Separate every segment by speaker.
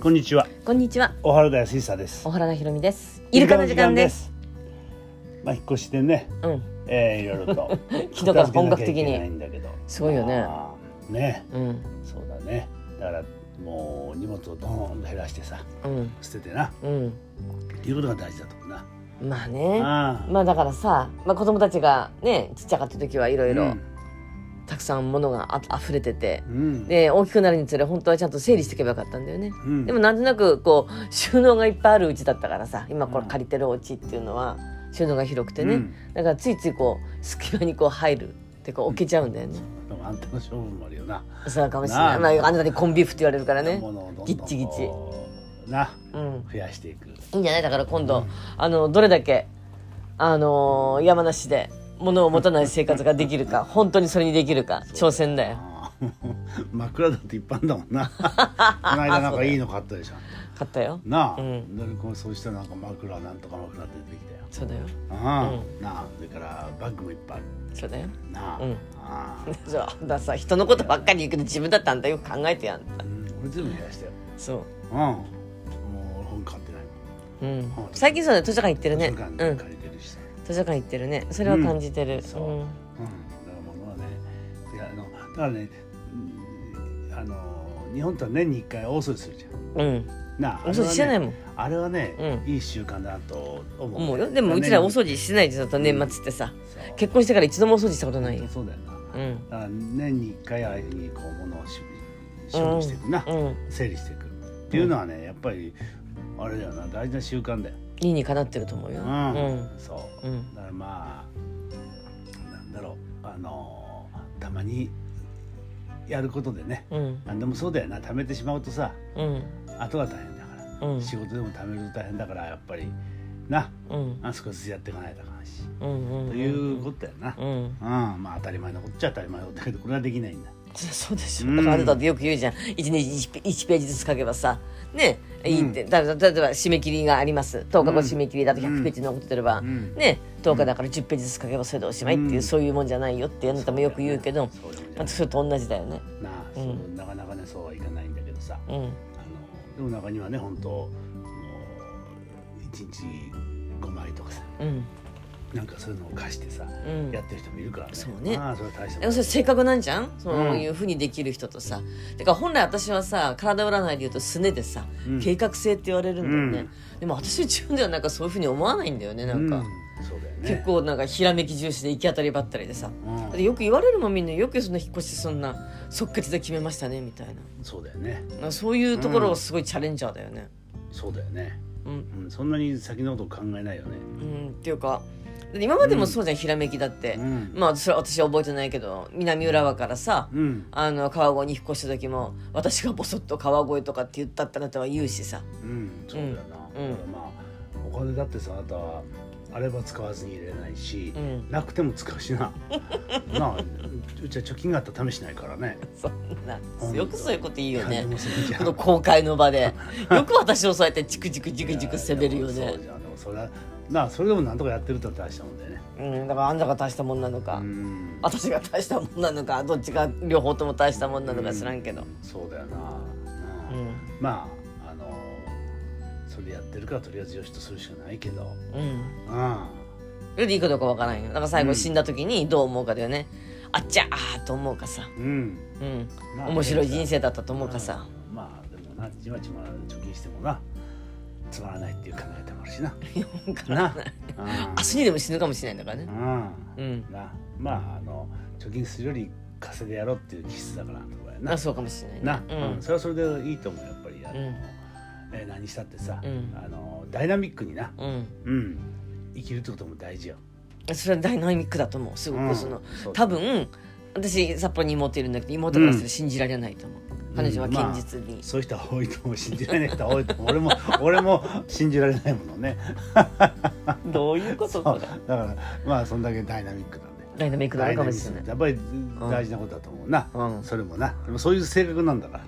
Speaker 1: こんにちは。
Speaker 2: こんにちは、
Speaker 1: 小原田康久です
Speaker 2: 小。原田ひろみです。イルカの時間です。
Speaker 1: す。まあ引っ越しでね、
Speaker 2: うん、
Speaker 1: えー、いろいろと
Speaker 2: 人から本格
Speaker 1: 片付
Speaker 2: 的
Speaker 1: けなきゃいけない
Speaker 2: に。
Speaker 1: んだけど。
Speaker 2: すごいよね
Speaker 1: まあね、
Speaker 2: うん、
Speaker 1: そうだね。だからもう荷物をドーンと減らしてさ、
Speaker 2: うん、
Speaker 1: 捨ててな、
Speaker 2: うん。
Speaker 1: っていうことが大事だと思うな。
Speaker 2: まあね。
Speaker 1: ああ
Speaker 2: まあだからさ、まあ子供たちがね、ちっちゃかった時はいろいろたくさんものがあ溢れてて
Speaker 1: う、ん。うん。
Speaker 2: で大きくなるにつれ本当はちゃんと整理していけばよかったんだよね。
Speaker 1: うん、
Speaker 2: でもなんとなくこう収納がいっぱいあるうちだったからさ、今これ借りてるお家っていうのは収納が広くてね、
Speaker 1: うん
Speaker 2: だからついついこう隙間にこう入るっていうか置けちゃうんだよね。
Speaker 1: でもあんたの勝負もあるよな。
Speaker 2: そうかもしれな。
Speaker 1: ないあ
Speaker 2: まああなたにコンビーフって言われるからね。
Speaker 1: 物をどんどん
Speaker 2: ギッチギチ
Speaker 1: こうな
Speaker 2: うん。
Speaker 1: 増やしていく。
Speaker 2: いいんじゃないだから今度、
Speaker 1: うん
Speaker 2: あのどれだけあのー山梨で物を持たない生活ができる か本当にそれにできるか挑戦だよ
Speaker 1: ああ 枕だって一般だもん なこの間なんかいいの買ったでしょ
Speaker 2: 買ったよ
Speaker 1: なあ、
Speaker 2: うん
Speaker 1: でこうそうしたらなんか枕なんとか枕って出てきたよ
Speaker 2: そうだよ
Speaker 1: ああ、
Speaker 2: う
Speaker 1: なあそれからバッグもいっぱいある
Speaker 2: そうだよ
Speaker 1: なあ、
Speaker 2: うん
Speaker 1: あ
Speaker 2: そうだからさ人のことばっかり言うけど自分だったんだよく考えてやん
Speaker 1: あ、うん、俺全部減らしたよ
Speaker 2: そ
Speaker 1: うんもう俺本買ってないもん
Speaker 2: う、うん
Speaker 1: ほ、う
Speaker 2: 最近そうだね図書館行ってるね
Speaker 1: 図書
Speaker 2: う
Speaker 1: 館
Speaker 2: ん
Speaker 1: 借りてるしさ、
Speaker 2: 図書館行ってるねそれは感じてる、うん
Speaker 1: そううんだから物はねいやあのだからねうんあの日本とは年に一回大掃除するじゃん
Speaker 2: うん
Speaker 1: なあ
Speaker 2: 大掃除してないもん
Speaker 1: あれはね、
Speaker 2: うん
Speaker 1: いい習慣だなと思う
Speaker 2: 思うよでもうちら大掃除してないでずっと年末ってさ
Speaker 1: そう
Speaker 2: 結婚してから一度もお掃除したことないよ
Speaker 1: 本当そうだよな、
Speaker 2: うん
Speaker 1: だから年に1回ああいうふうにこう物をし処理していくな、
Speaker 2: うん
Speaker 1: 整理していくっていうのはねやっぱりあれだよな大事な習慣だよ、
Speaker 2: 理にかなってると思うよ
Speaker 1: うん
Speaker 2: うん
Speaker 1: そう、
Speaker 2: うん
Speaker 1: だからまあなんだろうあのーたまにやることでね
Speaker 2: うん
Speaker 1: 何でもそうだよな貯めてしまうとさ
Speaker 2: うん
Speaker 1: 後が大変だから、
Speaker 2: うん
Speaker 1: 仕事でも貯めると大変だからやっぱりな
Speaker 2: うん
Speaker 1: あ少しずつやっていかないとあかんし、
Speaker 2: うんうん
Speaker 1: ということだよな、
Speaker 2: うん
Speaker 1: うん、まあ当たり前のことっちゃ当たり前のことだけどこれはできないんだ
Speaker 2: そそうでし
Speaker 1: う
Speaker 2: ょ
Speaker 1: ん
Speaker 2: だからあれだってよく言うじゃん一日1ページずつ書けばさねいいって、だ例えば締め切りがあります10日後締め切りだと100ページ残ってれば、
Speaker 1: うん
Speaker 2: ね10日だから10ページずつ書けばそれでおしまいっていう、
Speaker 1: うん
Speaker 2: そういうもんじゃないよってあなたもよく言うけど
Speaker 1: そうだよね
Speaker 2: まあそれと同じだよね
Speaker 1: なあ、
Speaker 2: うん
Speaker 1: そうなかなかねそうはいかないんだけどさあ
Speaker 2: うん
Speaker 1: のでも中にはね本当もう一日5枚とかさ
Speaker 2: うん
Speaker 1: なんかそういうのを貸してさ、
Speaker 2: うん
Speaker 1: やってる人もいるからね
Speaker 2: そうね
Speaker 1: まあそれは大した
Speaker 2: でもそれ性格なんじゃんそういううふうにできる人とさ、てか本来私はさ体占いで言うとすねでさ、
Speaker 1: うん
Speaker 2: 計画性って言われるんだよね、でも私自分ではなんかそういうふうに思わないんだよねなんか、
Speaker 1: うんそうだよね
Speaker 2: 結構なんかひらめき重視で行き当たりばったりでさ、
Speaker 1: うん
Speaker 2: だってよく言われるもんみんなよくそんな引っ越しそんな即決で決めましたねみたいな
Speaker 1: そうだよね
Speaker 2: なんかそういうところはすごいチャレンジャーだよね
Speaker 1: そうだよね、
Speaker 2: うん、
Speaker 1: うん、そんなに先のこと考えないよね
Speaker 2: うん、っていうかだって今までもそうじゃん、ひらめきだって、
Speaker 1: うん
Speaker 2: まあそれは私は覚えてないけど南浦和からさ、
Speaker 1: うん
Speaker 2: あの川越に引っ越した時も私がボソッと川越とかって言ったってあなたは言うしさ
Speaker 1: うんそうだよな、
Speaker 2: うん
Speaker 1: だからまあお金だってさあなたはあれば使わずに入れないし、
Speaker 2: うん
Speaker 1: なくても使うし ななあうちは貯金があったら試しないからね
Speaker 2: そんな よくそういうこと言うよね
Speaker 1: 感じもするじゃ
Speaker 2: こ
Speaker 1: ん
Speaker 2: の公開の場でよく私をそうやってチクチクチクチク攻めるよ
Speaker 1: いやでも
Speaker 2: ね
Speaker 1: そうじゃんでもそれはなあそれでもなんとかやってるとは大したもんだよね
Speaker 2: うんだからあんたが大したもんなのか、
Speaker 1: うん
Speaker 2: 私が大したもんなのかどっちが両方とも大したもんなのか知らんけど
Speaker 1: そうだよな、
Speaker 2: う
Speaker 1: うん
Speaker 2: ん
Speaker 1: まああのそれやってるからとりあえずよしとするしかないけど
Speaker 2: うん
Speaker 1: うん
Speaker 2: それでいいかどうかわからんよだから最
Speaker 1: う
Speaker 2: 後
Speaker 1: ん
Speaker 2: 死んだ時にどう思うかだよね、あっちゃあーと思うかさ
Speaker 1: うん
Speaker 2: うん
Speaker 1: まあ
Speaker 2: 面白い人生だったと思うかさ
Speaker 1: うんまあでもなじまじま貯金してもなつまらないっていう考え方もあるしな
Speaker 2: わから ない
Speaker 1: な
Speaker 2: 明日にでも死ぬかもしれないんだからね
Speaker 1: うん、
Speaker 2: うん
Speaker 1: なまああの貯金するより稼いでやろうっていう気質だからとかやな
Speaker 2: あそうかもしれない
Speaker 1: な
Speaker 2: ね、
Speaker 1: うんそれはそれでいいと思うやっぱりあの、
Speaker 2: うん
Speaker 1: えー何したってさ、
Speaker 2: うん
Speaker 1: あのダイナミックにな、
Speaker 2: うん、
Speaker 1: うん、生きるってことも大事よ。
Speaker 2: うん、それはダイナミックだと思うすご
Speaker 1: うん
Speaker 2: くその、
Speaker 1: そう
Speaker 2: 多分私札幌に妹いるんだけど妹からする信じられないと思う、彼女は堅実に、
Speaker 1: そういう人は多いと思う信じられない人は多いと思う俺も俺も信じられないものね
Speaker 2: どういうこと
Speaker 1: そう
Speaker 2: こ
Speaker 1: だ
Speaker 2: れ
Speaker 1: からまあそんだけダイナミックなんで
Speaker 2: ダイナミックなのかもしれない
Speaker 1: やっぱり大事なことだと思うな、
Speaker 2: うん
Speaker 1: それもなでもそういう性格なんだから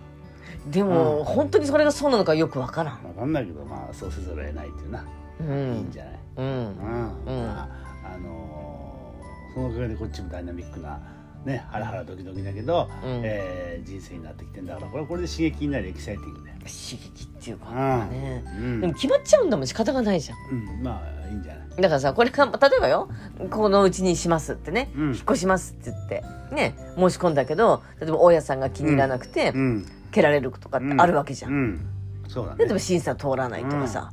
Speaker 2: でも、
Speaker 1: うん
Speaker 2: 本当にそれがそうなのかよくわからん。
Speaker 1: 分かんないけどまあそうせざるを得ないっていうな、
Speaker 2: う
Speaker 1: いいん
Speaker 2: ん。
Speaker 1: じゃないううん
Speaker 2: ん。
Speaker 1: ま
Speaker 2: うん
Speaker 1: ああのーそのおかげでこっちもダイナミックなねハラハラドキドキだけど、
Speaker 2: うん
Speaker 1: えー人生になってきてんだからこれはこれで刺激になりエキサイティングだよ、
Speaker 2: 刺激っていうかなんかね、
Speaker 1: うん
Speaker 2: でも決まっちゃうんだもん仕方がないじゃん
Speaker 1: うん、まあいいんじゃない
Speaker 2: だからさこれが例えばよこのうちにしますってね、
Speaker 1: うん
Speaker 2: 引っ越しますって言ってね申し込んだけど例えば大家さんが気に入らなくて、
Speaker 1: うん
Speaker 2: 蹴られるとかってあるわけじゃん、
Speaker 1: うん、そうだ
Speaker 2: ででも
Speaker 1: ね
Speaker 2: 審査通らないとかさ、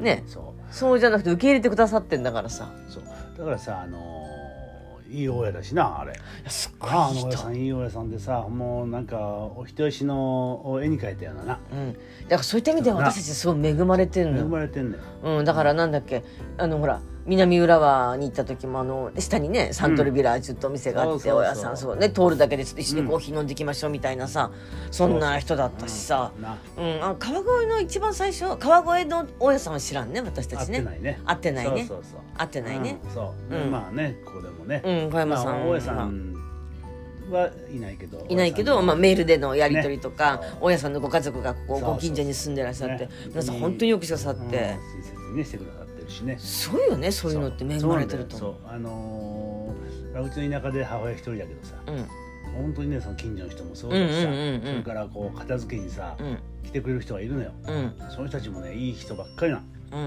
Speaker 2: ね
Speaker 1: そう
Speaker 2: そうじゃなくて受け入れてくださってんだからさ
Speaker 1: そうだからさあのーいい大家だしなあれ
Speaker 2: いやすっごい
Speaker 1: ああ
Speaker 2: いい
Speaker 1: の大家さ
Speaker 2: 人、
Speaker 1: んいい大家さんでさもうなんかお人よしのを絵に描いたようなな
Speaker 2: うん、だからそういった意味では私たちすごい恵まれてん
Speaker 1: 恵
Speaker 2: のよ
Speaker 1: まれてんだよ
Speaker 2: うん、だからなんだっけあのほら南浦和に行った時もあの下にねサントリービラージュってお店があって、
Speaker 1: うん
Speaker 2: 大家さん
Speaker 1: そ
Speaker 2: そう
Speaker 1: そう
Speaker 2: ね通るだけでちょっと一緒にコーヒー飲んでいきましょうみたいなさ、そんな人だったしさ、
Speaker 1: な
Speaker 2: うん、あ川越の一番最初川越の大家さんは知らんね私た
Speaker 1: 合っ
Speaker 2: ち
Speaker 1: て
Speaker 2: ね
Speaker 1: ないね
Speaker 2: 合ってないね
Speaker 1: そうそうそう
Speaker 2: 合ってないね
Speaker 1: うんそう、
Speaker 2: うん
Speaker 1: まあねここでもね、
Speaker 2: うん小山
Speaker 1: ま
Speaker 2: さ
Speaker 1: あ
Speaker 2: ん
Speaker 1: 大
Speaker 2: は
Speaker 1: 家さんはいないけど
Speaker 2: いないけど、まあ、メールでのやり取りとか、
Speaker 1: ね
Speaker 2: 大家さんのご家族がここ
Speaker 1: そう
Speaker 2: ご近所に住んでらっしゃって、
Speaker 1: ね
Speaker 2: 皆さん本当によくしてくださって、
Speaker 1: うん親切にねしてくださってるしね
Speaker 2: すごいよねそういうのって恵まれてると
Speaker 1: そ
Speaker 2: 思う
Speaker 1: うそうなんだよそうあのーうちの田舎で母親一人だけどさ
Speaker 2: うん
Speaker 1: 本当にねその近所の人もそうだしさ、
Speaker 2: うんうんうんうん
Speaker 1: それからこう片付けにさ、
Speaker 2: うん
Speaker 1: 来てくれる人がいるのよ
Speaker 2: うん
Speaker 1: その人たちもねいい人ばっかりなの
Speaker 2: うん
Speaker 1: う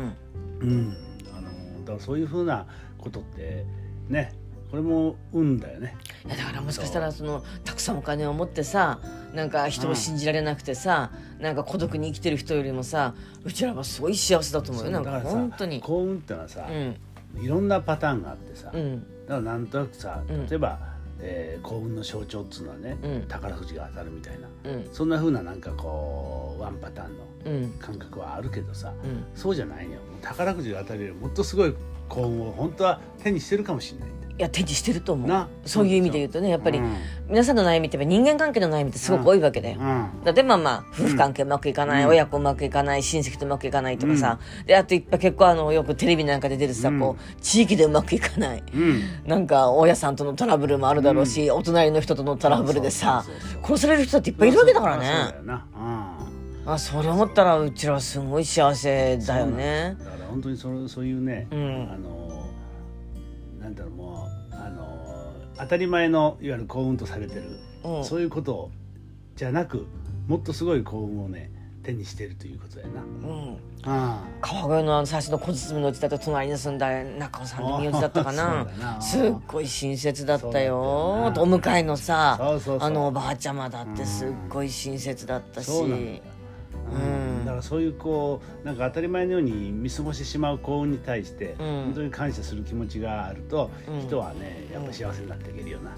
Speaker 1: んあのーだからそういうふうなことってねこれも運だよね
Speaker 2: いやだからもしかしたらそのたくさんお金を持ってさなんか人を信じられなくてさ、なんか孤独に生きてる人よりもさうちらはすごい幸せだと思うよなんか
Speaker 1: だからさ
Speaker 2: 本当に
Speaker 1: 幸運ってのはさ
Speaker 2: う、ん
Speaker 1: いろんなパターンがあってさ、
Speaker 2: う
Speaker 1: だ
Speaker 2: ん
Speaker 1: からなんとなくさ
Speaker 2: うん
Speaker 1: 例えば、えー幸運の象徴っつうのはね、
Speaker 2: うん
Speaker 1: 宝くじが当たるみたいな
Speaker 2: うん
Speaker 1: そんなふうななんかこうワンパターンの
Speaker 2: うん
Speaker 1: 感覚はあるけどさ
Speaker 2: うん
Speaker 1: そうじゃないのよもう宝くじが当たるよりもっとすごい幸運を本当は手にしてるかもしれないんだよ
Speaker 2: いや手にしてると思う
Speaker 1: な
Speaker 2: そういう意味で言うとねやっぱり、
Speaker 1: うん
Speaker 2: 皆さんの悩みってやっぱ人間関係の悩みってすごく多いわけだよ、
Speaker 1: うん
Speaker 2: だってまあまあ夫婦関係うまくいかない、
Speaker 1: うん
Speaker 2: 親子うまくいかない親戚とうまくいかないとかさ、であといっぱい結構あのよくテレビなんかで出るさ、
Speaker 1: うん
Speaker 2: こう地域でうまくいかない
Speaker 1: うん
Speaker 2: なんか大家さんとのトラブルもあるだろうし、お隣の人とのトラブルでさ
Speaker 1: そうそうそうそう
Speaker 2: 殺される人だっていっぱいいるわけだから
Speaker 1: そうだ
Speaker 2: ね
Speaker 1: よなうん
Speaker 2: あそれ思ったらうちらはすごい幸せだよね
Speaker 1: だから本当にそのそういうね、
Speaker 2: うん
Speaker 1: あのなんだろうもうあの当たり前のいわゆる幸運とされてる、
Speaker 2: うん
Speaker 1: そういうことじゃなくもっとすごい幸運をね手にしてるということだよな。
Speaker 2: うん
Speaker 1: あ
Speaker 2: 川越のあの最初の小包のうちだと隣に住んだ中尾さんの身内だったか
Speaker 1: そう
Speaker 2: な
Speaker 1: だな
Speaker 2: すっごい親切だった
Speaker 1: そうだ
Speaker 2: よ
Speaker 1: ったよ
Speaker 2: お
Speaker 1: な
Speaker 2: 迎えのさ
Speaker 1: そうそうそう
Speaker 2: あのおばあちゃまだってすっごい親切だった
Speaker 1: あ
Speaker 2: し
Speaker 1: そうなんだよ。うん
Speaker 2: うん
Speaker 1: だからそういうこうなんか当たり前のように見過ごしてしまう幸運に対して、本当に感謝する気持ちがあると、
Speaker 2: うん
Speaker 1: 人はねやっぱ幸せになっていけるよな。
Speaker 2: うん、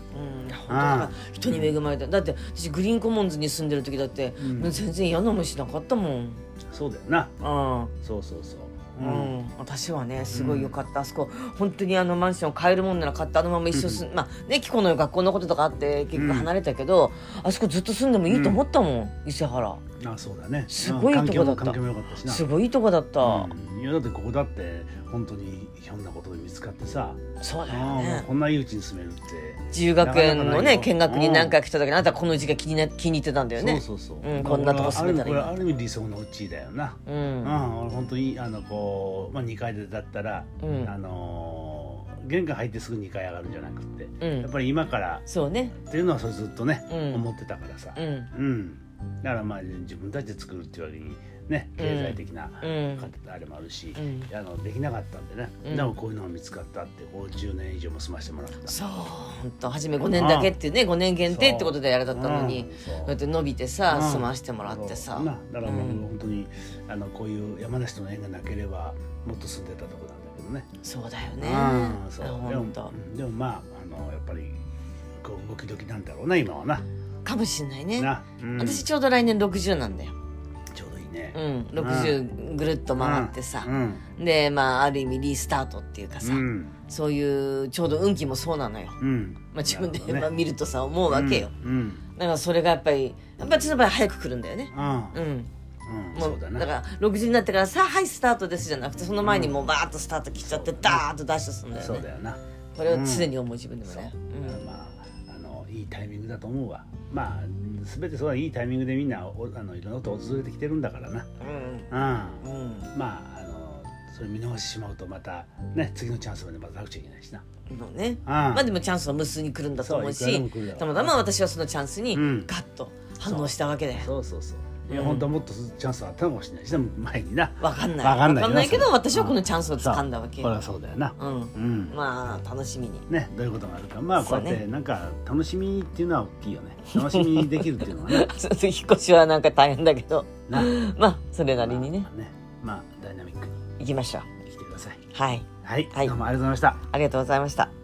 Speaker 2: 本当だから人に恵まれただって私グリーンコモンズに住んでる時だって、
Speaker 1: うん
Speaker 2: 全然嫌なもんしなかったもん
Speaker 1: そうだよな。
Speaker 2: あ
Speaker 1: そうそうそう。
Speaker 2: あ、うん私はねすごい良かった、あそこ本当にあのマンションを買えるもんなら買ってあのまま一緒す、まあね紀子の学校のこととかあって結局離れたけど、あそこずっと住んでもいいと思ったもん、伊勢原
Speaker 1: あそうだね
Speaker 2: すごい
Speaker 1: うん環境も
Speaker 2: とこだ
Speaker 1: 環
Speaker 2: った
Speaker 1: 境も良かったしな
Speaker 2: すごいいいとこだった、
Speaker 1: うんいやだってここだって本当にひょんなことで見つかってさ、
Speaker 2: そうだ
Speaker 1: ああも
Speaker 2: よ
Speaker 1: う
Speaker 2: ね
Speaker 1: こんないい家に住めるって
Speaker 2: 自由学園のね
Speaker 1: なかなかないよ
Speaker 2: 見学に何回来た時にあなたこのうちが気にな気に入ってたんだよね
Speaker 1: そうそうそう、
Speaker 2: うんこんなとこ住めたらいい
Speaker 1: だからある意味これある意味理想のうちだよな、
Speaker 2: う
Speaker 1: うん
Speaker 2: ん
Speaker 1: 俺本当にあのこう、まあ、2階建てだったら、
Speaker 2: うん
Speaker 1: あのー玄関入ってすぐ2階上がるんじゃなくって、
Speaker 2: うん
Speaker 1: やっぱり今から
Speaker 2: そうね
Speaker 1: っていうのはそれずっとね、
Speaker 2: うん
Speaker 1: 思ってたからさ、
Speaker 2: うん
Speaker 1: うんだからまあ自分たちで作るっていうわけにね経済的な、
Speaker 2: うん
Speaker 1: あれもあるし、
Speaker 2: うん
Speaker 1: あのできなかったんでね、
Speaker 2: うん
Speaker 1: でもこういうのが見つかったってこう10年以上も住ましてもらった
Speaker 2: そう本当初め5年だけっていうね5年限定ってことであれだったのに
Speaker 1: うん
Speaker 2: そう
Speaker 1: そ
Speaker 2: や
Speaker 1: う
Speaker 2: って伸びてさ
Speaker 1: うん
Speaker 2: 済ましてもらってさ
Speaker 1: なだからもう
Speaker 2: うん
Speaker 1: 本当に、あのこういう山梨との縁がなければもっと住んでたとこなんだけどね
Speaker 2: そうだよね
Speaker 1: うんそうで
Speaker 2: 本
Speaker 1: も
Speaker 2: 当
Speaker 1: うんでもまああのやっぱりこうドキドキなんだろうな今はな
Speaker 2: かもしんないね
Speaker 1: な、うん
Speaker 2: 私
Speaker 1: ち
Speaker 2: ちょうど来年60なんだよ
Speaker 1: ょうどいいね
Speaker 2: う、ん60ぐるっと回ってさ
Speaker 1: うん
Speaker 2: でまあある意味リスタートっていうかさ
Speaker 1: うん
Speaker 2: そういうちょうど運気もそうなのよ
Speaker 1: うん
Speaker 2: まあ自分で
Speaker 1: なるほどね
Speaker 2: まあ見るとさ思うわけよ
Speaker 1: うんうん
Speaker 2: だからそれがやっぱりやっぱりその場合早く来るんだよね
Speaker 1: ああ
Speaker 2: うん
Speaker 1: うん
Speaker 2: も
Speaker 1: そううだな
Speaker 2: だから6時になってから「さあはいスタートです」じゃなくてその前にもうバーッとスタート切っちゃってダーッとダッシュするんだよ
Speaker 1: そう
Speaker 2: ね
Speaker 1: だよな
Speaker 2: これを常に思う自分でも
Speaker 1: そう
Speaker 2: ね、
Speaker 1: まああのいいタイミングだと思うわまあ全てそうはいいタイミングでみんなおあのいろんなことを訪れてきてるんだからな
Speaker 2: うん
Speaker 1: うん
Speaker 2: うんうん
Speaker 1: まああのそうそれ見逃してしまうとまたね次のチャンスまで待たなくちゃいけないしな
Speaker 2: のね
Speaker 1: あ
Speaker 2: まあでもチャンスは無数に来るんだと思う
Speaker 1: そういくらでも
Speaker 2: し
Speaker 1: 来るだろう
Speaker 2: たまたま私はそのチャンスに
Speaker 1: う
Speaker 2: ガ
Speaker 1: ん
Speaker 2: ッと反応したわけだよ
Speaker 1: そうそうそういや、
Speaker 2: うん
Speaker 1: 本当はもっとチャンスはあったかもしれないしでも前にな
Speaker 2: わかんない
Speaker 1: わかんない
Speaker 2: わけど
Speaker 1: それ
Speaker 2: 私はこのチャンスを掴んだわけ
Speaker 1: ほらそうだよな
Speaker 2: うん
Speaker 1: うん
Speaker 2: まあ楽しみに
Speaker 1: ね、どういうことがあるかまあこうやっ
Speaker 2: そう
Speaker 1: てなんか楽しみっていうのは大きいよね楽しみにできるっていうのは ね
Speaker 2: 引っ越しはなんか大変だけど
Speaker 1: な
Speaker 2: まあそれなりにね
Speaker 1: まあ、まあダイナミックに
Speaker 2: 行きましょう
Speaker 1: 生きてください
Speaker 2: はい
Speaker 1: はい、
Speaker 2: はい
Speaker 1: どうもありがとうございました
Speaker 2: ありがとうございました